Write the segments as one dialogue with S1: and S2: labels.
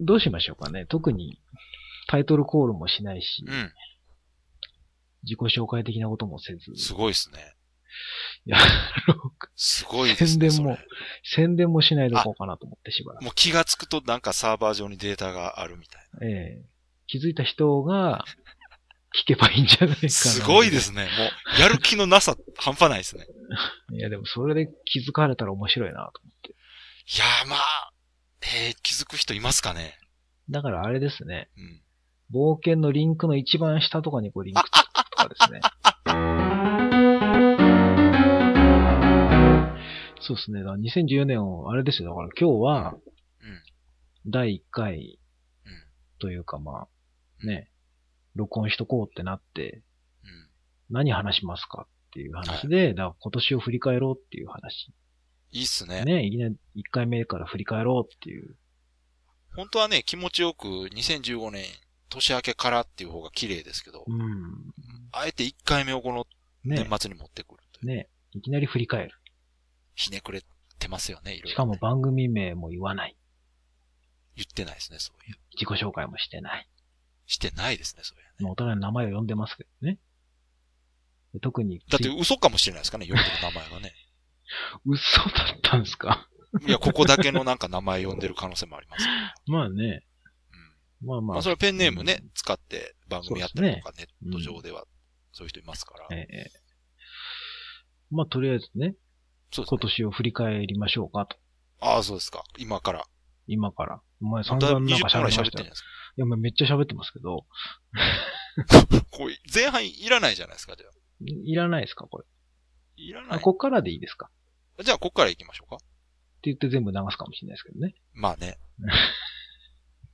S1: どうしましょうかね。特にタイトルコールもしないし、
S2: うん。
S1: 自己紹介的なこともせず、
S2: すごいですね。
S1: やろうか
S2: すごいです
S1: 宣
S2: ね。
S1: 伝
S2: それ
S1: も宣伝もしないでおこうかなと思ってしばらく。
S2: もう気がつくとなんかサーバー上にデータがあるみたい
S1: ええ気づいた人が聞けばいいんじゃないかな。
S2: な。すごいで。すね。もう、やる気のなさ、半端ないですね。
S1: いや、でもそれで気づかれたら面白いなと思って。
S2: いやーまあ、えー、気づく人いますかね。
S1: だからあれですね。
S2: うん。
S1: 冒険のリンクの一番下とかにこうリンクつくとかですね。そうですね。だから2014年を、あれですよ。だから今日は、
S2: うん。
S1: 第1回
S2: うん。
S1: というかまあ、
S2: うん
S1: ね、録音しとこうってなって、
S2: うん。
S1: 何話しますかっていう話で、だから今年を振り返ろうっていう話。
S2: いいっすね。
S1: ね、いきなり1回目から振り返ろうっていう。
S2: 本当はね、気持ちよく2015年、年明けからっていう方が綺麗ですけど、
S1: うん。
S2: あえて1回目をこの年
S1: ね、
S2: 末に持ってくるという。
S1: ね、いきなり振り返る。
S2: ひねくれてますよね、いろいろ、ね。
S1: しかも番組名も言わない。
S2: 言ってないですね、そういう。
S1: 自己紹介もしてない。
S2: してないですね、そういう。
S1: まあお互いの名前を呼んでますけどね。で特に、
S2: だって嘘かもしれないですかね、呼んでる名前 がね。
S1: 嘘だったんです か
S2: いや、ここだけのなんか名前呼んでる可能性もありますから。
S1: まあね。
S2: うん
S1: まあま
S2: ま
S1: あ。
S2: あ、それはペンネームね、
S1: う
S2: 使って番組やったりとか、ネット上では、そういう人いますから。
S1: ええまあ、とりあえずね、
S2: そうです
S1: 今
S2: ね。
S1: 年を振り返りましょうかと。
S2: ああ、そうですか。今から。
S1: 今から。お前
S2: だ
S1: 散
S2: い
S1: 々
S2: ぶ
S1: なん
S2: 20
S1: か
S2: 分く
S1: 喋
S2: らい
S1: りま
S2: 喋っ
S1: してたよ。
S2: るん
S1: い
S2: ですか。
S1: や、まあめっちゃ喋ってますけど、
S2: こう前半いらないじゃないですか、じゃあ。
S1: いいらないですか、これ。
S2: いらな
S1: あ、
S2: い。
S1: こっからでいいですかって
S2: じゃあ、こっから行きましょうか。
S1: 言って全部流すかもしれないですけどね。
S2: まあ ね。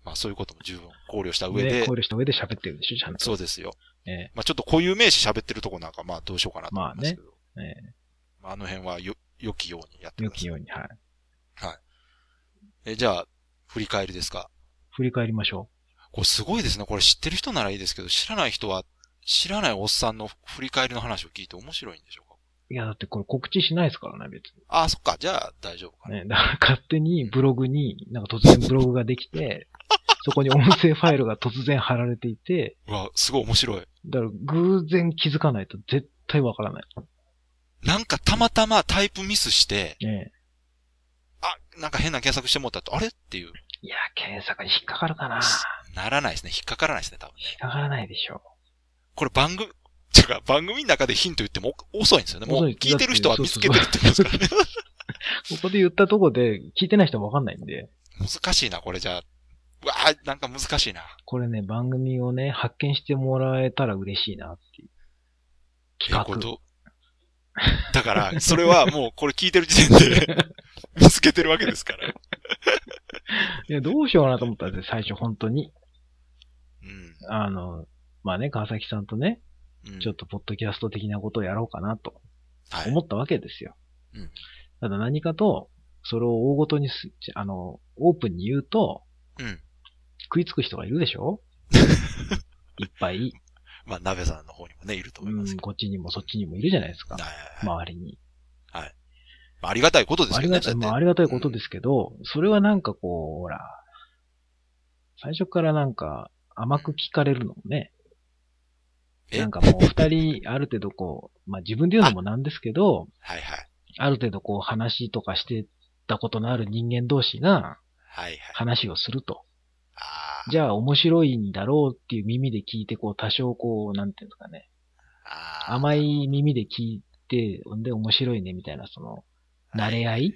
S2: まあ、そういうことも十分考慮した上
S1: ね、
S2: で
S1: 考、慮した上で喋ってるでしょ、ちゃんと。
S2: そうですよ。
S1: ええ
S2: まあ、ちょっと固有名詞喋ってるとこなんか、まあ、どうしようかなと思いますけど。
S1: まあね
S2: まあ、あの辺はよ、良きようにやって
S1: 良
S2: くださ
S1: き
S2: い。
S1: ように、はい。
S2: え、じゃあ、振り返りですか。
S1: 振り返りましょ
S2: これすごいですね。これ知ってる人ならいいですけど、知らない人は、知らないおっさんの振り返りの話を聞いて面白いんでしょうか
S1: う。いや、だってこれ告知しないですからね、別に。
S2: ああ、そっか。じゃあ、大丈夫かな。
S1: ね、だから 勝手にブログに、なんか突然ブログができて、そこに音声ファイルが突然貼られていて、
S2: うわ、すごい面白い。
S1: だから偶然気づかないと絶対わからない。
S2: なんかたまたまタイプミスして、
S1: ね
S2: あ、なんか変な検索してもったと、あれっていう、
S1: え。いや、検索に引っかかるかな
S2: ならないですね。引っかからないですね、多分ね。
S1: 引っかからないでしょ。
S2: これ番組、てか番組の中でヒント言ってもお遅いんですよね。もう
S1: 遅い
S2: 聞いてる人は見つけてるってことですから ね。
S1: ここで言ったとこで聞いてない人はわかんないんで、
S2: 難しいな、これじゃあ。うわあ、なんか難しいな。
S1: これね、番組をね、発見してもらえたら嬉しいなっていう。企
S2: えこれ
S1: 画。
S2: どうだから、それはもうこれ聞いてる時点 で見つけてるわけですから。
S1: いや、どうしようかなと思ったんですよ最初本当に。
S2: うん。
S1: あの、まあね、川崎さんとね、
S2: うん、
S1: ちょっとポッドキャスト的なことをやろうかなと
S2: はい。
S1: 思ったわけですよ。
S2: うん
S1: ただ何かと、それを大ごとにす、あの、オープンに言うと、
S2: うん。
S1: 食いつく人がいるでし ょいっぱい、
S2: まあ、鍋さんの方にもね、いると思います
S1: うん
S2: け
S1: こっちにもそっちにもいるじゃないですか
S2: ど。。はいはいはい
S1: 周りに。
S2: まあありがたいことです
S1: あ
S2: け
S1: り
S2: どね。
S1: がたい、
S2: だって
S1: まあ、ありがたいことですけど、それはなんかこう、ほら、最初からなんか甘く聞かれるのもね、
S2: え
S1: なんかもう二人ある程度こう、まあ自分で言うのもなんですけど、
S2: はいはい。
S1: ある程度こう話とかしてたことのある人間同士が
S2: はいはい。
S1: 話をすると。
S2: あー
S1: じゃあ面白いんだろうっていう耳で聞いて、こう多少こう、なんていうんですかね、
S2: あー。
S1: 甘い耳で聞いて、んで面白いねみたいな、その、慣れ合い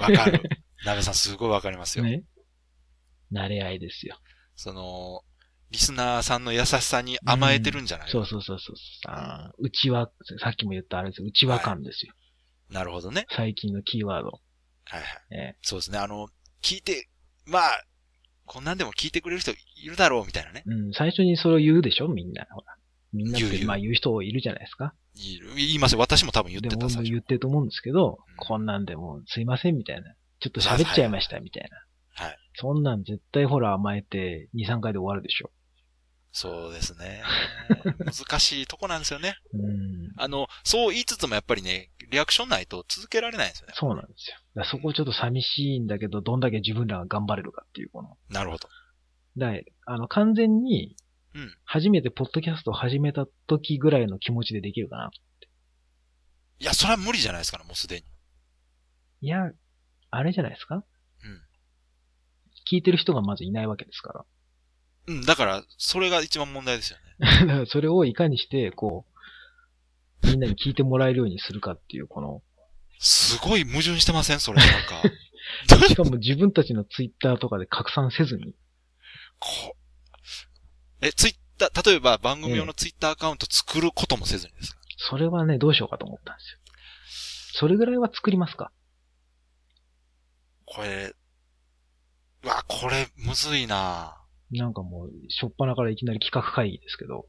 S2: わかる。鍋さんすごいわかりますよ。
S1: ね。慣れ合いですよ。
S2: その、リスナーさんの優しさに甘えてるんじゃない、
S1: そうそうそうそう。あうちわ、さっきも言ったあれですよ。うちわ感ですよ。
S2: なるほどね。
S1: 最近のキーワード。
S2: はいはい。
S1: え
S2: そうですね。あの、聞いて、まあ、こんなんでも聞いてくれる人いるだろうみたいなね。
S1: えうん、最初にそれを言うでしょみんな。ほら。みんなって、
S2: 言う言う
S1: まあ言う人いるじゃないですか。
S2: いる言いますよ。私も多分言っ
S1: で
S2: て
S1: も
S2: た、
S1: 俺も
S2: 最初。
S1: 言ってると思うんですけど、
S2: うん
S1: こんなんでもうすいませんみたいな。ちょっと喋っちゃいましたみたいな。
S2: はいはい。
S1: そんなん絶対ほら甘えて2、3回で終わるでしょ。
S2: そうですね。難しいとこなんですよね。
S1: うん。
S2: あの、そう言いつつもやっぱりね、リアクションないと続けられないんですよね。
S1: そうなんですよ。だからそこちょっと寂しいんだけど、どんだけ自分らが頑張れるかっていう、この。
S2: なるほど。
S1: だからあの、完全に
S2: うん、
S1: 初めてポッドキャストを始めた時ぐらいの気持ちでできるかな。
S2: いや、それは無理じゃないですから、もうすでに。
S1: いや、あれじゃないですか
S2: うん。
S1: 聞いてる人がまずいないわけですから。
S2: うん、だから、それが一番問題ですよね。
S1: だから それをいかにして、こう、みんなに聞いてもらえるようにするかっていう、この、
S2: すごい矛盾してませんそれ、なん か。
S1: しかも自分たちのツイッターとかで拡散せずに、
S2: こえ、ツイッター、例えば番組用のツイッターアカウント作ることもせずにですか
S1: それはね、どうしようかと思ったんですよ。それぐらいは作りますか
S2: これ、うわ、これ、むずいな
S1: なんかもう、しょっぱなからいきなり企画会議ですけど。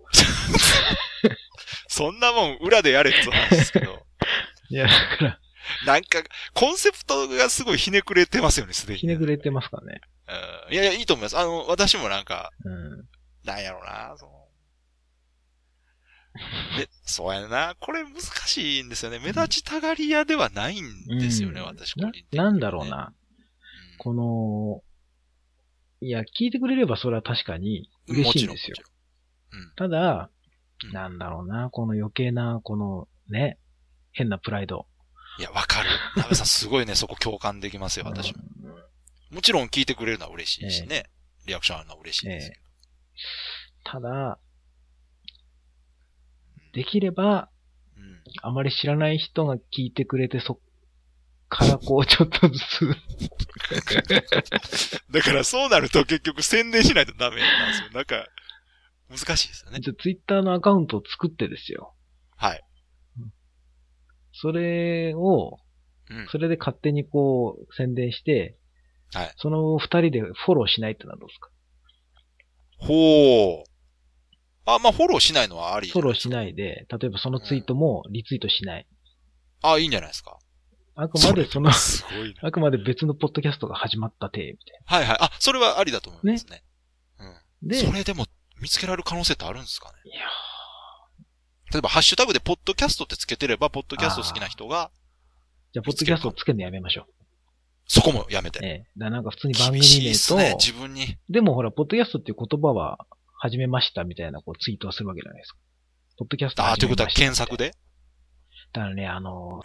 S2: そんなもん、裏でやれって話ですけど。
S1: いや、だから、
S2: なんか、コンセプトがすごいひねくれてますよね、すでに。
S1: ひねくれてますからね。
S2: うん。いやいや、いいと思います。あの、私もなんか、
S1: うん。
S2: なんやろうな、 その。で、そうやな。これ難しいんですよね。目立ちたがり屋ではないんですよね、
S1: うん
S2: 私個
S1: な
S2: 人的に、
S1: なんだろう。な。この、いや、聞いてくれればそれは確かに
S2: うん、
S1: 嬉
S2: も
S1: しい
S2: ち
S1: ん
S2: ろん、
S1: で
S2: も
S1: す
S2: ち
S1: よ
S2: ろ。ん。うん。
S1: ただ
S2: うん、
S1: なんだろうな、この余計な、このね、変なプライド。
S2: いや、わかる。鍋さん、すごいね、そこ共感できますよ、私も。
S1: うん
S2: もちろん聞いてくれるのは嬉しいしね。リアクションあるのは嬉しいですけど。
S1: ただ、できれば、
S2: うん。
S1: あまり知らない人が聞いてくれて、そっからこう、ちょっとずつ、
S2: だから、そうなると結局宣伝しないとダメなんですよ。なんか、難しいですよね。
S1: じゃツイッターのアカウントを作ってですよ。
S2: はい。
S1: それを、
S2: うん。
S1: それで勝手にこう、宣伝して、
S2: はい
S1: その二人でフォローしないってのはどうですか
S2: ほう。あ、まあ、フォローしないのはあり。
S1: フォローしないで、例えばそのツイートもリツイートしない。
S2: あ、いいんじゃないですか。
S1: あくまでその、
S2: すごいな。
S1: あくまで別のポッドキャストが始まった体、みたい
S2: はいはい。あ、それはありだと思いますね。うん。
S1: な。で、
S2: それでも見つけられる可能性ってあるんですかね
S1: いや
S2: 例えば、ハッシュタグで、ポッドキャストってつけてれば、ポッドキャスト好きな人が、
S1: じゃあ、ポッドキャストをつけるのやめましょ
S2: そこもやめ
S1: う。
S2: て。
S1: ええ。だからなんか普通に番組
S2: 厳しい
S1: 名
S2: っす
S1: と、
S2: ね、自分に。
S1: でもほら、ポッドキャストっていう言葉は、始めましたみたいなこうツイートをするわけじゃないですか。ポッドキャスト
S2: あー、と
S1: 始
S2: いう
S1: め
S2: ことは
S1: ました
S2: 検索で。
S1: だからね、あの、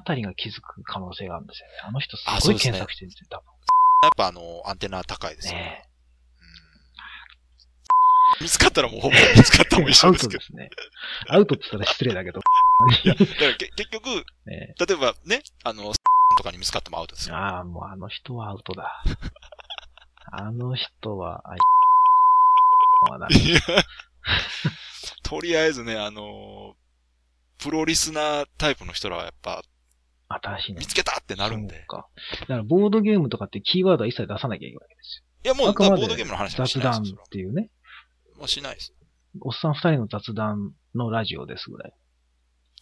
S1: あたりが気づく可能性があるんですよね。あの人す
S2: あそ
S1: ご
S2: う
S1: い
S2: ですね
S1: 検索してるんですよ、多
S2: やっぱあの、アンテナ高いです
S1: 分
S2: よね。
S1: ね。
S2: うん見つかったらもうほぼ見つかったも一
S1: ア
S2: 緒
S1: ウ
S2: で
S1: ト
S2: す
S1: で
S2: けど。
S1: すね。アウトって言ったら失礼だけど。
S2: だからけ結局、
S1: ね、
S2: 例えばね、あの、とかに見つかってもアウト ですよ。
S1: ああ、もうあの人はアウトだ。あの人は、あいはな。
S2: いや、とりあえずね、あのプロリスナータイプの人らはやっぱ、
S1: 新しいね
S2: 見。つけたってなるんで
S1: そう。か。だからボードゲームとかってキーワードは一切出さなきゃいけないわけです
S2: いや、も
S1: よ。
S2: う、
S1: あく
S2: ボ
S1: ま
S2: ードゲームの話はし
S1: 雑
S2: ない
S1: 談
S2: ですよ。
S1: っていうね。
S2: それはもうしないです。
S1: おっさん二人の雑談のラジオですぐらい。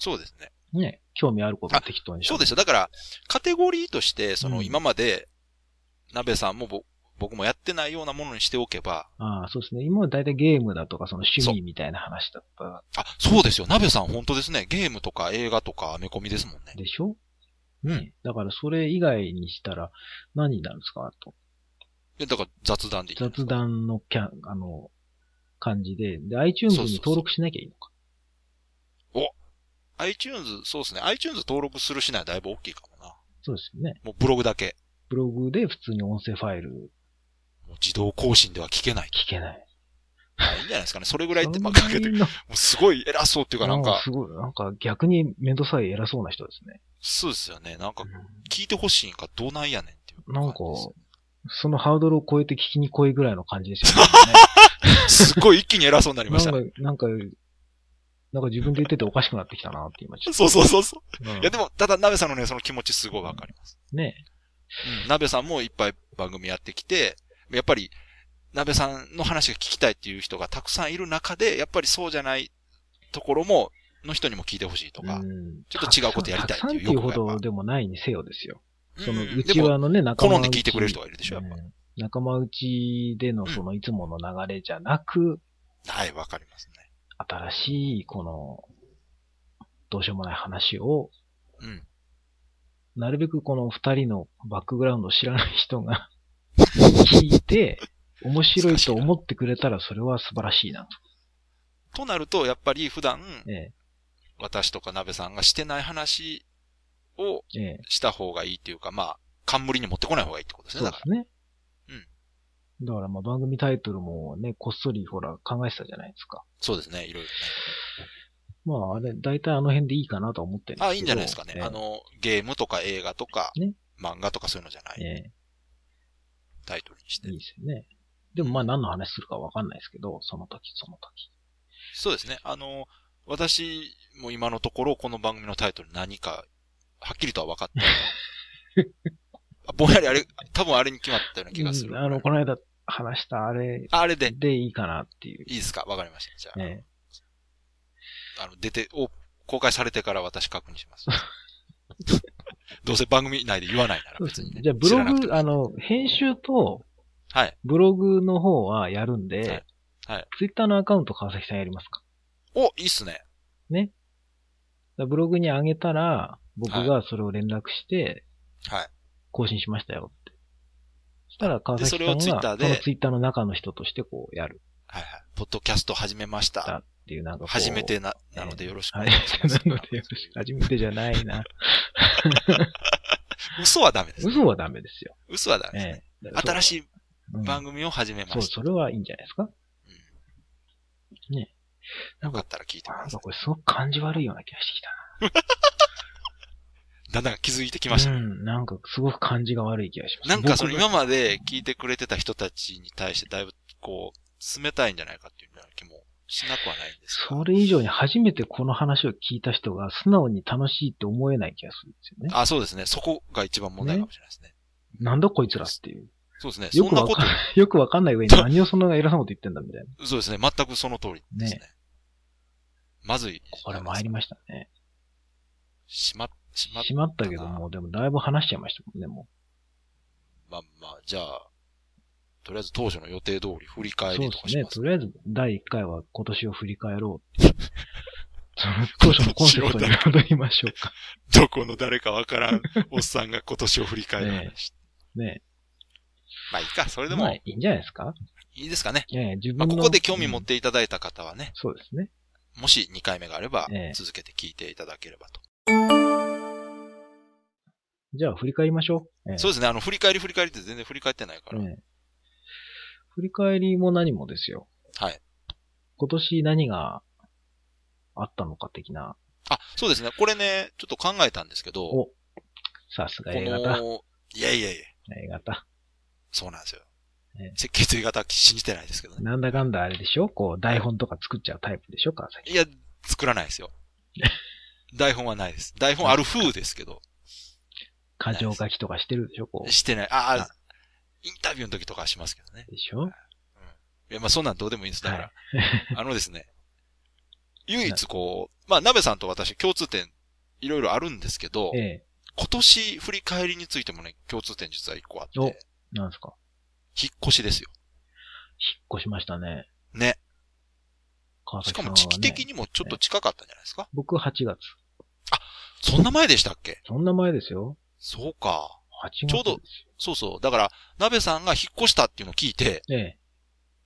S2: そうですね。
S1: ね。興味あることを適当に。
S2: そうですすよ。だから、カテゴリーとして、そうの、
S1: ん
S2: 今まで、鍋さんもぼ僕もやってないようなものにしておけば、
S1: ああ、そうですね。今は大体ゲームだとか、その趣味みたいな話だった
S2: あ、そうですよ。鍋さん本当ですね。ゲームとか映画とかアメコミですもんね。
S1: でしょ
S2: うん
S1: ねだからそれ以外にしたら何になるんですかと。
S2: いやだから雑談でいい。
S1: 雑談のキャン、あの、感じで。で、iTunes
S2: そうそうそう
S1: に登録しなきゃいいのか。
S2: iTunes、そうですね。iTunes 登録するしないはだいぶ大きいかもな。
S1: そうですよね。
S2: もうブログだけ。
S1: ブログで普通に音声ファイル
S2: もう自動更新では聞けない。
S1: 聞けない。
S2: いいんじゃないですかね。それぐらいって、まあ、
S1: そ
S2: か
S1: の
S2: けて、も
S1: みんな
S2: うすごい偉そうっていうかな
S1: な
S2: ん
S1: んか
S2: か、
S1: すごい、なんか逆に面倒さい偉そうな人ですね。
S2: そうですよね。なんか
S1: う、ん
S2: 聞いてほしいんかどうなんやねんっていう
S1: なんか
S2: 感じで、
S1: そのハードルを超えて聞きに来いぐらいの感じですよ
S2: す。すっごい一気に偉そうになり
S1: ね。
S2: ましたね。
S1: なんか、なんか、なんか自分で言ってておかしくなってきたなって今ちょっ
S2: そうそうそうそう。
S1: と。うん
S2: いやでも、ただ、鍋さんのね、その気持ちすごいわかります。
S1: ね
S2: うん。鍋さんもいっぱい番組やってきて、やっぱり、鍋さんの話が聞きたいっていう人がたくさんいる中で、やっぱりそうじゃないところも、の人にも聞いてほしいとか。
S1: うん
S2: ちょっと違うことやりたい
S1: 拡
S2: っていう
S1: 散っていうほ
S2: 欲がやっ
S1: ど
S2: ぱ
S1: でもないにせよですよ。その、
S2: うん
S1: う
S2: で
S1: ち
S2: も、
S1: はのね、仲間
S2: 好
S1: 内。
S2: んで聞いてくれる人がいるでしょ、やっぱ。
S1: うん仲間内でのそのいつもの流れじゃなく、
S2: はい、わかりますね。
S1: 新しい、この、どうしようもない話を
S2: うん。
S1: なるべくこの二人のバックグラウンドを知らない人が 聞いて、面白いと思ってくれたらそれは素晴らしいな
S2: となると、やっぱり普段、
S1: と。え
S2: 私とか鍋さんがしてない話を
S1: え、ええ、
S2: した方がいいっていうか、まあ、冠に持ってこない方がいいってことです
S1: そう
S2: ね。だ
S1: で
S2: から。
S1: すね。だからまあ番組タイトルもね、こっそりほら考えてたじゃないですか。
S2: そうですね、いろいろね。
S1: まああれ、大体あの辺でいいかなとは思ってるですけど
S2: あ、いいんじゃないですかね。
S1: ええ
S2: あの、ゲームとか映画とか、
S1: ね
S2: 漫画とかそういうのじゃない、
S1: え
S2: タイトルにし
S1: え、
S2: て
S1: いい。ですよね。でもまあ何の話するかわかんないですけど、その時その時。
S2: そうですね。あの、私も今のところこの番組のタイトル何か、はっきりとは分かってない あぼんやりあれ、多分あれに決まったような気がす
S1: うん
S2: る。
S1: あの、この間話したあれ
S2: ああれで、
S1: でいいかなっていう。
S2: いいですかわかりました。じゃあ、
S1: え
S2: あの、出て、お、公開されてから私確認します。 どうせ番組内で言わないなら
S1: え
S2: 別にね。
S1: じゃあブロ
S2: 知らなくて
S1: グ、
S2: も
S1: あの、編集と
S2: はい。
S1: ブログの方はやるんで、
S2: はいはい
S1: ツイッターのアカウント川崎さんやりますか
S2: お、いいっすね。
S1: だからブログに上げたら、僕がそれを連絡して、
S2: はい。
S1: 更新しましたよって。そしたら川崎さんが、
S2: でそれをツイッターで
S1: そのツイッターの中の人としてこうやる
S2: はいはい。ポッドキャスト始めました。
S1: っていうなんかこう。
S2: 初めてな、なのでよろしくお
S1: は
S2: 願
S1: い。
S2: いします。
S1: なのでよろ しく、初めてじゃないな。
S2: 嘘はダメです。
S1: 嘘はダメですよ。
S2: 嘘はダメですね
S1: え。え、
S2: 新しい
S1: い
S2: 番組を始めま
S1: そう、
S2: した。
S1: それはいいんじゃないですか
S2: うん
S1: ね
S2: よかったら聞いてく
S1: な
S2: だ
S1: ん
S2: さ
S1: かこれすごく感じ悪いような気がしてきたな。
S2: い。だんだん気づいてきましたね。
S1: うん、なんかすごく感じが悪い気がします。
S2: なんかその
S1: 僕が
S2: 今まで聞いてくれてた人たちに対してだいぶこう、冷たいんじゃないかっていうような気もしなくはないんですが
S1: それ以上に初めてこの話を聞いた人が素直に楽しいって思えない気がするんですよね。
S2: あ、そうですね。そこが一番問題かもしれないですね。
S1: なんだこいつらっていう。
S2: そうですね。
S1: よ
S2: そん
S1: く
S2: な
S1: わ
S2: こ
S1: かん、 よくわかんない上に何をそんな偉そうなこと言ってんだみたいな。
S2: と、そうですね。全くその通りですね。
S1: ね
S2: まずい。
S1: これ参りましたね。
S2: しま、しま、
S1: しまったけども、でもだいぶ話しちゃいましたもんね、も
S2: まあまあ、じゃあ、とりあえず当初の予定通り振り
S1: う。
S2: 返
S1: そう
S2: り
S1: で
S2: とか
S1: す
S2: し
S1: ね。
S2: ます。
S1: とりあえず第1回は今年を振り返ろうっていう。その当初のコンセプトに戻りましょう か。
S2: どこの誰かわからんおっさんが今年を振り返る話。
S1: ね
S2: まあいいか、それ
S1: え。
S2: で
S1: まあ
S2: も
S1: いいんじゃないですか
S2: いいですかね。
S1: ええ、自
S2: ま
S1: 分
S2: あ
S1: の。
S2: ここで興味持
S1: う
S2: っ
S1: ん
S2: ていただいた方はね、
S1: そうですね。
S2: もし2回目があれば
S1: ええ
S2: 続けて聞いていただければと。
S1: じゃあ振り返りましょう。ええ
S2: そうですね、あの振り返り振り返りって全然振り返ってないから。
S1: ええ振り返りも何もですよ。
S2: はい。
S1: 今年何があったのか的な。
S2: あ、そうですね、これね、ちょっと考えたんですけど、
S1: お
S2: こ
S1: さすが A 型。
S2: の、いやいやいや、
S1: A 型。
S2: そうなんですよ
S1: ええ。
S2: 設計という方は信じてないですけどね。
S1: なんだかんだあれでしょこう、台本とか作っちゃうタイプでしょ川崎。
S2: いや、作らないですよ。 台本はないです。台本ある風ですけど、
S1: 過剰書きとかしてるでしょこう。
S2: してない。あ
S1: あ
S2: あ、インタビューの時とかはしますけどね。
S1: でしょ
S2: いや、まあそんなんどうでもいいんです。だから、あので すね、
S1: な
S2: 唯一こう、まあ、鍋さんと私共通点、いろいろあるんですけど、
S1: ええ。
S2: 今年振り返りについてもね、共通点実は一個あって、
S1: お
S2: 引っ
S1: なんですか
S2: 越しですよ。
S1: 引っ越しましたね。
S2: ね。
S1: 川
S2: し
S1: 崎
S2: か
S1: さんは、
S2: も
S1: ね。
S2: 時期的にもちょっと近かったんじゃないですか、
S1: 僕8月。
S2: そんな前でしたっけ
S1: そんな前ですよ。
S2: そうか。
S1: 8月です
S2: ちょうどそうそう。だから、鍋さんが引っ越したっていうのを聞いて、
S1: ど。ええ。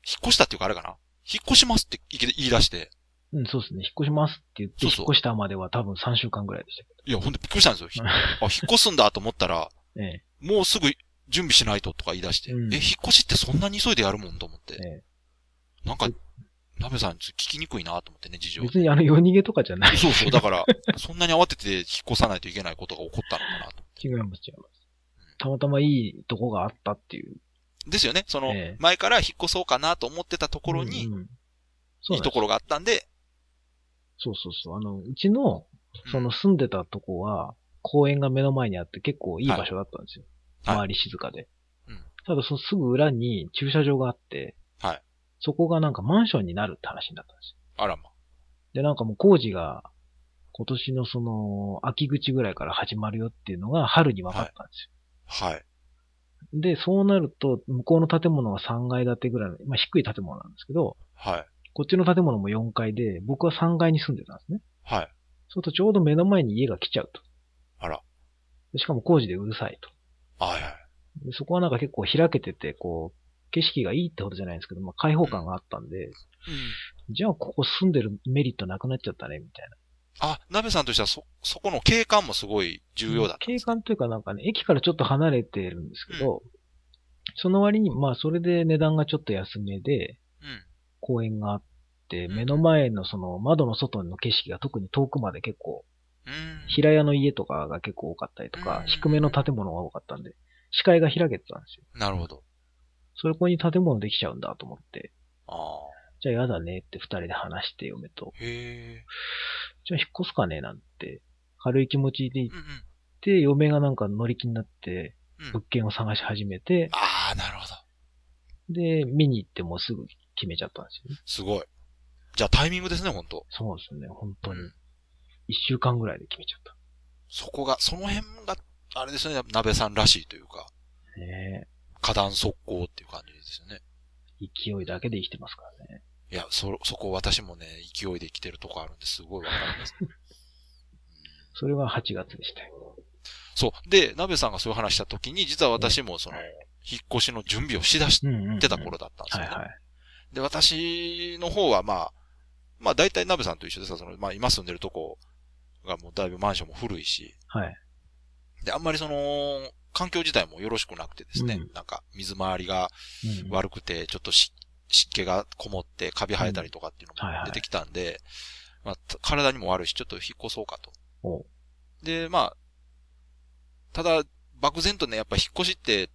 S2: 引っ越したっていうかあれかな引っ越しますって言い言い出して、
S1: うん、そうですね。引っ越しますって言って、
S2: そ
S1: 引
S2: う
S1: っ
S2: そう
S1: 越したまでは多分3週間ぐらいでしたけ
S2: いや、ほんとびっくりしたんですよ。ひあ、引っ越すんだと思ったら、
S1: ど。え
S2: もうすぐ準備しないととか言い出して、
S1: うん
S2: え、引っ越しってそんなに急いでやるもんと思って。
S1: ええ
S2: なんか、鍋さんちょっと聞きにくいなと思ってね、事
S1: え
S2: 情。
S1: 別にあの夜逃げとかじゃ ない。
S2: そうそう。だから、そんなに慌てて引っ越さないといけないことが起こったのかなと。
S1: 違います、違います。たまたまいいとこがあったっていう。
S2: ですよね。その
S1: ええ、
S2: 前から引っ越そうかなと思ってたところに、
S1: うん
S2: い
S1: うんそうな
S2: い
S1: んで
S2: と
S1: す
S2: ころがあったんで、
S1: そうそうそう。あの、うちの
S2: うん、
S1: その住んでたとこは、公園が目の前にあって結構いい場所だったんですよ。
S2: はい
S1: 周り静かで。
S2: うん
S1: ただ、そのすぐ裏に駐車場があって、
S2: はい
S1: そこがなんかマンションになるって話になったんですよ。
S2: あらま。
S1: で、なんかもう工事が、今年のその、秋口ぐらいから始まるよっていうのが春に分かったんですよ。
S2: はい。
S1: で、そうなると、向こうの建物が3階建てぐらいの、まあ低い建物なんですけど、
S2: はい。
S1: こっちの建物も4階で、僕は3階に住んでたんですね。
S2: はい。
S1: そうするとちょうど目の前に家が来ちゃうと。
S2: あら。
S1: でしかも工事でうるさいと。
S2: はいはい。
S1: でそこはなんか結構開けてて、こう、景色がいいってほどじゃないんですけど、まあ開放感があったんで、
S2: うん。
S1: じゃあここ住んでるメリットなくなっちゃったね、みたいな。
S2: あ、鍋さんとしてはそ、そこの景観もすごい重要だったん
S1: 景
S2: です。
S1: 観というかなんかね、駅からちょっと離れてるんですけど、その割に、まあそれで値段がちょっと安めで、
S2: うん。
S1: 公園があって、
S2: うん
S1: 目の前のその窓の外の景色が特に遠くまで結構、
S2: うん。
S1: 平屋の家とかが結構多かったりと
S2: う
S1: か
S2: ん、
S1: 低めの建物が多かったんで、視界が開けてたんですよ。
S2: なるほど。
S1: そこに建物できちゃうんだと思って、
S2: あ
S1: じゃあやだねって二人で話して嫁と、
S2: あ。へえ。
S1: じゃあ引っ越すかねなんて、軽い気持ちで行っ
S2: うんうん。
S1: て、嫁がなんか乗り気になって、
S2: うん
S1: 物、件を探し始めて、
S2: ああ、なるほど。
S1: で、見に行ってもうすぐ決めちゃったんですよね。
S2: すごい。じゃあタイミングですね、本当
S1: そうですね、本当に
S2: うん。
S1: 一週間ぐらいで決めちゃった。
S2: そこが、その辺が、あれですね、鍋さんらしいというか、
S1: ねえ
S2: 火弾速攻っていう感じですよね。
S1: 勢いだけで生きてますからね。
S2: いや、そ、そこ私もね、勢いで来てるとこあるんですごいわか ります。うん
S1: それは8月でしたよ。
S2: そう。で、鍋さんがそういう話した時に、実は私もその、引っ越しの準備をしだし
S1: うんうんうん。
S2: てた頃だったんですよ、
S1: は
S2: ね
S1: いはい。
S2: で、私の方はまあ、まあ大体鍋さんと一緒ですがその、まあ今住んでるとこがもうだいぶマンションも古いし、
S1: はい。
S2: で、あんまりその、環境自体もよろしくなくてですね、
S1: うん
S2: なんか水回りが
S1: うん
S2: 悪くて、ちょっとし湿気がこもってカビ生えたりとかっていう
S1: うんはい
S2: の
S1: は
S2: も
S1: い
S2: 出てきたんで、まあた体にも悪いし、ちょっと引っ越そうかと。
S1: おう
S2: で、まあ、ただ、漠然とね、やっぱ引っ越しって、引っ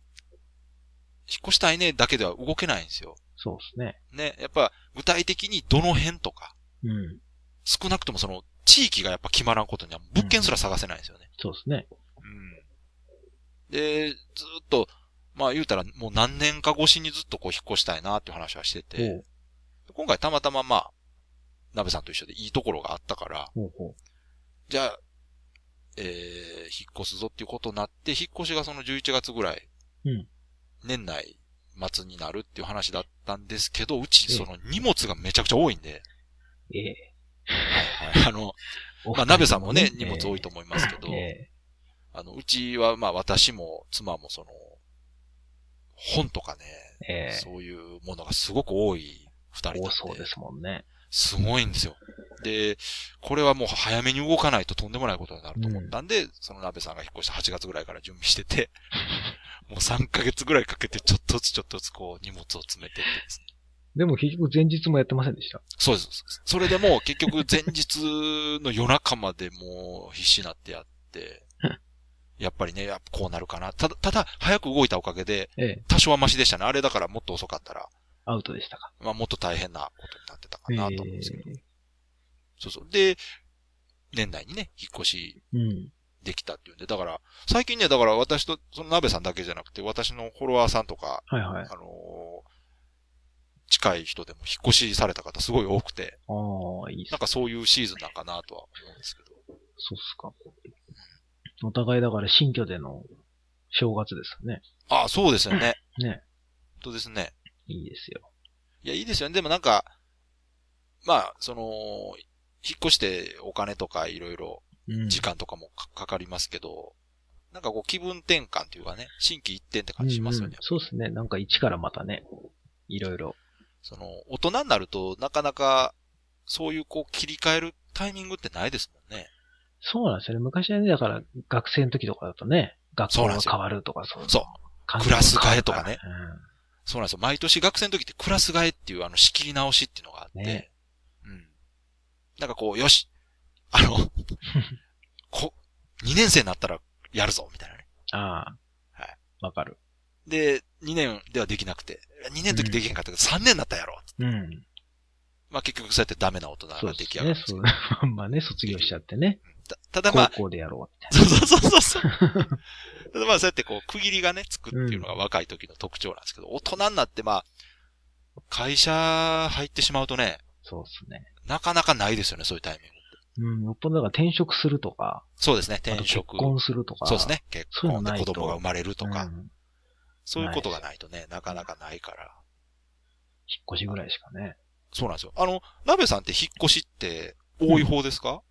S2: 越したいねだけでは動けないんですよ。
S1: そうですね。
S2: ね、やっぱ具体的にどの辺とか、
S1: うん。
S2: 少なくともその地域がやっぱ決まらんことには物件すら探せないんですよね。
S1: そうですね。
S2: で、ずっと、まあ言うたらもう何年か越しにずっとこう引っ越したいなっていう話はしてて、今回たまたままあ、鍋さんと一緒でいいところがあったから、
S1: ほうほうほ
S2: じゃあ、えー、引っ越すぞっていうことになって、引っ越しがその11月ぐらい、
S1: うん
S2: 年内末になるっていう話だったんですけど、うちその荷物がめちゃくちゃ多い んで、
S1: う。ええ。
S2: あの、まあ鍋さんもね、荷物多いと思いますけど、
S1: ええ
S2: あの、うちは、まあ私も妻もその、本とかね、
S1: ええ。
S2: そういうものがすごく多い二人なんで
S1: 多そうですもんね。
S2: すごいんですよ。で、これはもう早めに動かないととんでもないことになると思ったんで、その鍋さんが引っ越した8月ぐらいから準備し てて、もう3ヶ月ぐらいかけてちょっとずつちょっとずつこう荷物を詰めてってですね。
S1: でも結局前日もやってませんでした。
S2: そうです。それでもう結局前日の夜中までもう必死になってやって、やっぱりね、やっぱこうなるかな。ただ、ただ、早く動いたおかげで、
S1: ええ。
S2: 多少はマシでしたね。あれだからもっと遅かったら、
S1: アウトでしたか。
S2: まあもっと大変なことになってたかなと思うんですけど。
S1: え
S2: そうそう。で、年内にね、引っ越し
S1: えうん。
S2: できたっていうんで、だから、最近ね、だから私と、その鍋さんだけじゃなくて、私のフォロワーさんとか、
S1: はいはい。あ
S2: あのー近い人でも引っ越しされた方すごい多くて、
S1: あ、いいっす
S2: なん。かそういうシーズンなんかなとは思うんですけど。
S1: そうっすか。お互いだから新居での正月ですよね。
S2: ああ、そうですよね。
S1: ね。
S2: 本当ですね。
S1: いいですよ。
S2: いや、いいですよね。でもなんか、まあ、その、引っ越してお金とかいろいろ
S1: うん。
S2: 時間とかもかかかりますけど、なんかこう気分転換というかね、心機一転って感じしますよね。
S1: うんうんそうですね。なんか一からまたね、いろいろ。
S2: その、大人になるとなかなか、そういうこう切り替えるタイミングってないですもんね。
S1: そうなんですよね。昔はね、だから学生の時とかだとね、学
S2: そ
S1: 校
S2: うなん
S1: が
S2: ですよ
S1: 変わるとかそう。
S2: そう。
S1: 環
S2: ク
S1: 境が
S2: ラス
S1: 変わ
S2: 替え
S1: る
S2: と
S1: か
S2: からね。そうなんですよ。毎年学生の時ってクラス替えっていうあの仕切り直しっていうのがあって、
S1: ね
S2: うん。なんかこう、よし、あの、こ、2年生になったらやるぞ、みたいなね。
S1: うん。ああ。
S2: はい。
S1: わかる。
S2: で、2年ではできなくて、2年の時できへんかったけど、3年になったらやろう。
S1: うん。
S2: まあ結局そうやってダメな大人
S1: そ
S2: が
S1: う
S2: 出
S1: で
S2: 来
S1: す
S2: 上がる
S1: ね。
S2: んですけ
S1: そう。
S2: ど
S1: まんまね、卒業しちゃってね。
S2: たただ
S1: 高
S2: まあ、
S1: 校でやろうみたい
S2: そうそうそうそう。 ただまあそうやってこう区切りがね、つくっていうのが若い時の特徴なんですけど、大人になってまあ、会社入ってしまうとね、
S1: な。そうですね。
S2: なかなかないですよね、そういうタイミング。
S1: うん。よっぽどだから転職するとか、
S2: そうですね、
S1: あと
S2: 転職。
S1: 結婚するとか。
S2: そうですね。結
S1: そういう
S2: 婚
S1: のな
S2: で
S1: い
S2: 子
S1: と
S2: 供が生まれると
S1: うん。
S2: か、
S1: 引っ
S2: そういうことがないとね、なかなかないから。
S1: 越しぐらいしかね。
S2: そうなんですよ。あの、鍋さんって引っ越しって多い方ですか、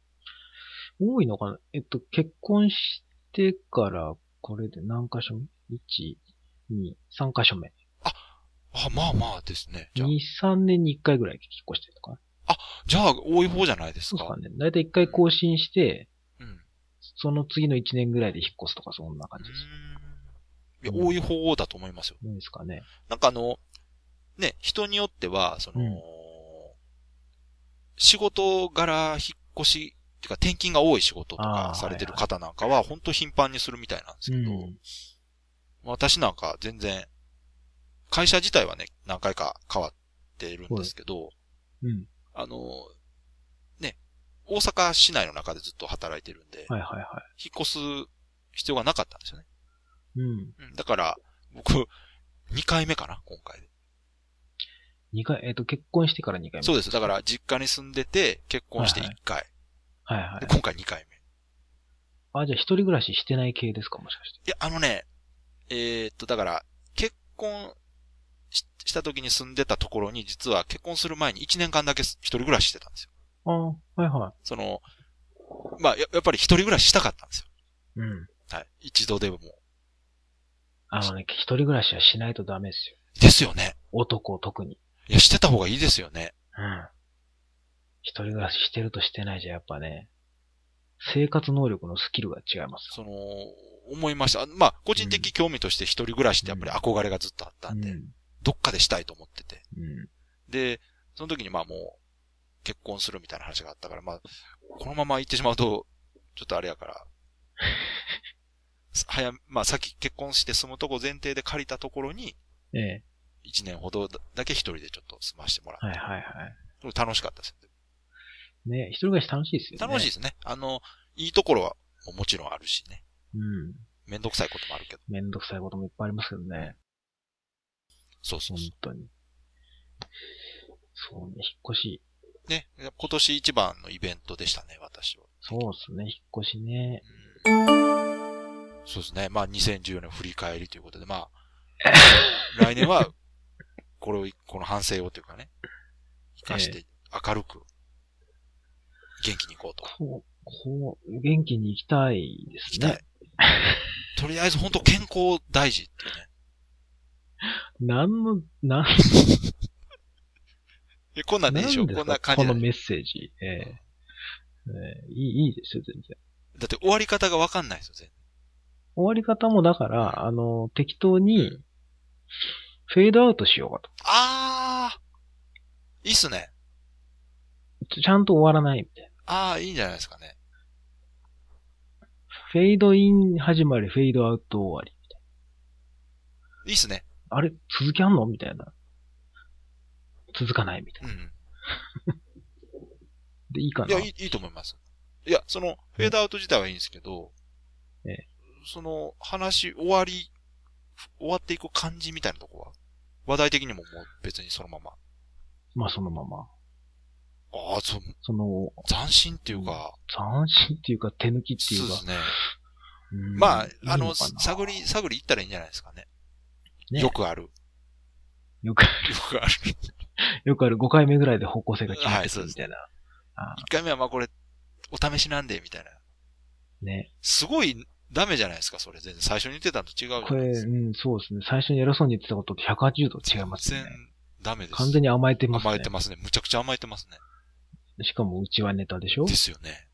S1: 多いのかなえっと、結婚してから、これで何箇所目 ?1、2、3箇所目。
S2: あ、まあまあですね。じゃあ、
S1: 2、3年に1回ぐらい引っ越してるのかな
S2: じゃあ多い方じゃないです
S1: そう
S2: か。
S1: ですかね。だいたい1回更新して、
S2: うん。
S1: その次の1年ぐらいで引っ越すとか、そんな感じです。
S2: いや、多い方だと思いますよ。
S1: どうですかね。
S2: なんかあの、ね、人によっては、その、
S1: うん
S2: 仕事柄引っ越し、っていうか転勤が多い仕事とか
S1: あー
S2: されてる方なんかは、本当頻繁にするみたいなんです
S1: う
S2: けど、
S1: ん。
S2: 私なんか全然、会社自体はね、何回か変わってるんですけど、
S1: うん。
S2: あの、ね、大阪市内の中でずっと働いてるんで、
S1: はいはいは
S2: 引っ越す必要がなかったんですよね。
S1: い。うん。
S2: うん、だから、僕、2回目かな、今回で。
S1: 二回、えっ、と、結婚してから2回目。
S2: そうです。だから、実家に住んでて、結婚して1回。
S1: はいはい
S2: で。今回2回目。
S1: あ、じゃあ一人暮らししてない系ですかもしかして。
S2: いや、あのね、えーっと、だから、結婚しした時に住んでたところに、実は結婚する前に1年間だけ一人暮らししてたんですよ。
S1: ああ、はいは
S2: その、まあ、ややっぱり一人暮らししたかったんですよ。
S1: い。うん。
S2: はい。一度でも。
S1: あのね、一人暮らしはしないとダメですよ。
S2: ですよね。
S1: 男特に。
S2: いや、してた方がいいですよね。
S1: うん。一人暮らししてるとしてないじゃやっぱね、生活能力のスキルが違います。
S2: その、思いました。あまあ、個人的興味として一人暮らしってやっぱり憧れがずっとあったんで、
S1: うん。
S2: どっかでしたいと思ってて。
S1: うん。
S2: で、その時にまあもう、結婚するみたいな話があったから、まあ、このまま行ってしまうと、ちょっとあれやから、 早め、まあさっき結婚して住むとこ前提で借りたところに、
S1: ええ。
S2: 1年ほどだけ一人でちょっと住ましてもらう。
S1: はいはいは
S2: でも楽しかったです。
S1: い。ね一人暮らし楽しいですよね。
S2: 楽しいですね。あの、いいところはもちろんあるしね。
S1: うん。
S2: めんどくさいこともあるけど。
S1: めんどくさいこともいっぱいありますけどね。
S2: そうそう
S1: 本
S2: そ
S1: 当に。そうね、引っ越し。
S2: う。ね。今年一番のイベントでしたね、私は。
S1: そうですね、引っ越しね。
S2: うんそうですね。まあ、2014年振り返りということで、 まあ、来年は、これを、この反省をというかね、生かして、明るく、元気に行こうと。
S1: こう、こう、元気に行きたいです
S2: 行きたい
S1: ね。
S2: とりあえず、本当健康大事っていうね。
S1: なんの、なん、
S2: えこんなんでいいでし
S1: な
S2: ょ
S1: んですか
S2: こんな感じ
S1: この
S2: だ,、
S1: メッセージ。ええええいい、いいですよ、全然。
S2: だって終わり方がわかんないですよ、全
S1: 終わり方もだから、あの、適当に、フェードアウトしようかと。
S2: 然。あー、いいっすね。
S1: ちゃんと終わらないみたいな。
S2: あー、いいんじゃないですかね。
S1: フェードイン始まり、フェードアウト終わり。
S2: いいっすね。
S1: あれ続きあんのみたいな。続かないみたい
S2: うん
S1: な。
S2: うん。
S1: で、いいか
S2: い
S1: な
S2: や、いい、いいと思います。いや、その、フェードアウト自体はいいんですけど、
S1: ええ
S2: その、話、終わり、終わっていく感じみたいなとこは、話題的にももう別にそのまま。
S1: まあ、そのまま。
S2: ああ、そう、
S1: その、
S2: 斬新っていうか、
S1: 斬新っていうか、手抜きってい
S2: そう
S1: う
S2: で
S1: か。
S2: すね。
S1: うん
S2: まあ
S1: いい、
S2: あ
S1: か
S2: の、
S1: な
S2: 探り、探り行ったらいいんじゃないですかね。
S1: ね
S2: よくある。よ
S1: よく、
S2: くある。
S1: よくある5回目ぐらいで方向性が決まってく
S2: はい
S1: るみたいな。
S2: 一回目はまあこれ、お試しなんで、みたいな。
S1: ね。
S2: すごい、ダメじゃないですか、それ。全然最初に言ってたのと違うじゃ
S1: こ
S2: な
S1: れ、
S2: いですか。
S1: うん、そうですね。最初に偉そうに言ってたことと180度違いますよ
S2: 全
S1: ね。
S2: 然ダメです。
S1: 完全に甘えてます
S2: 甘え
S1: ね。
S2: てますね。むちゃくちゃ甘えてますね。
S1: しかも、うちはネタでしょ
S2: ですよね。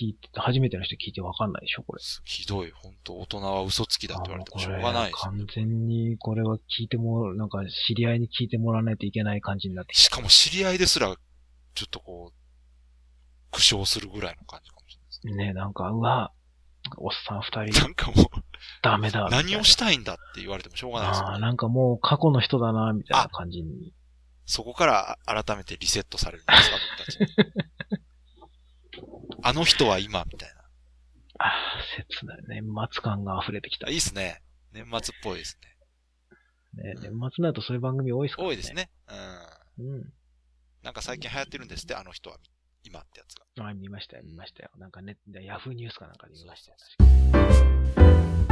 S1: 聞いて、初めての人聞いてわかんないでしょこれ。
S2: ひどい、本当大人は嘘つきだって言われてもしょう
S1: あ
S2: が
S1: も
S2: な
S1: う
S2: い
S1: これ完全に、これは聞いても、なんか知り合いに聞いてもらわないといけない感じになってき
S2: し。しかも知り合いですら、ちょっとこう、苦笑するぐらいの感じかもしれないです
S1: て。ね、なんか、うわ、おっさん二
S2: ね。
S1: 人
S2: な、んかも
S1: ダメだ。
S2: う、
S1: みたいな
S2: 何をしたいんだって言われてもしょうがないです
S1: あ
S2: よ
S1: あ、
S2: ね。
S1: なんかもう過去の人だな、みたいな感じに。
S2: そこからあ改めてリセットされるんですか、僕たち。 あの人は今、みたい
S1: ああ、切ない。年末感が溢れてきた
S2: な。い。いですね。年末っぽいですね。
S1: ね、年末になるとそういう番組多いですからね。
S2: 多いです。ね。うん。
S1: う
S2: なんか最近流行ってるんですって、あの人は今ってやつが。
S1: ん。あ、見ましたよ、見ましたよ。なんかね、ヤフーニュースかなんかで見ましたよ。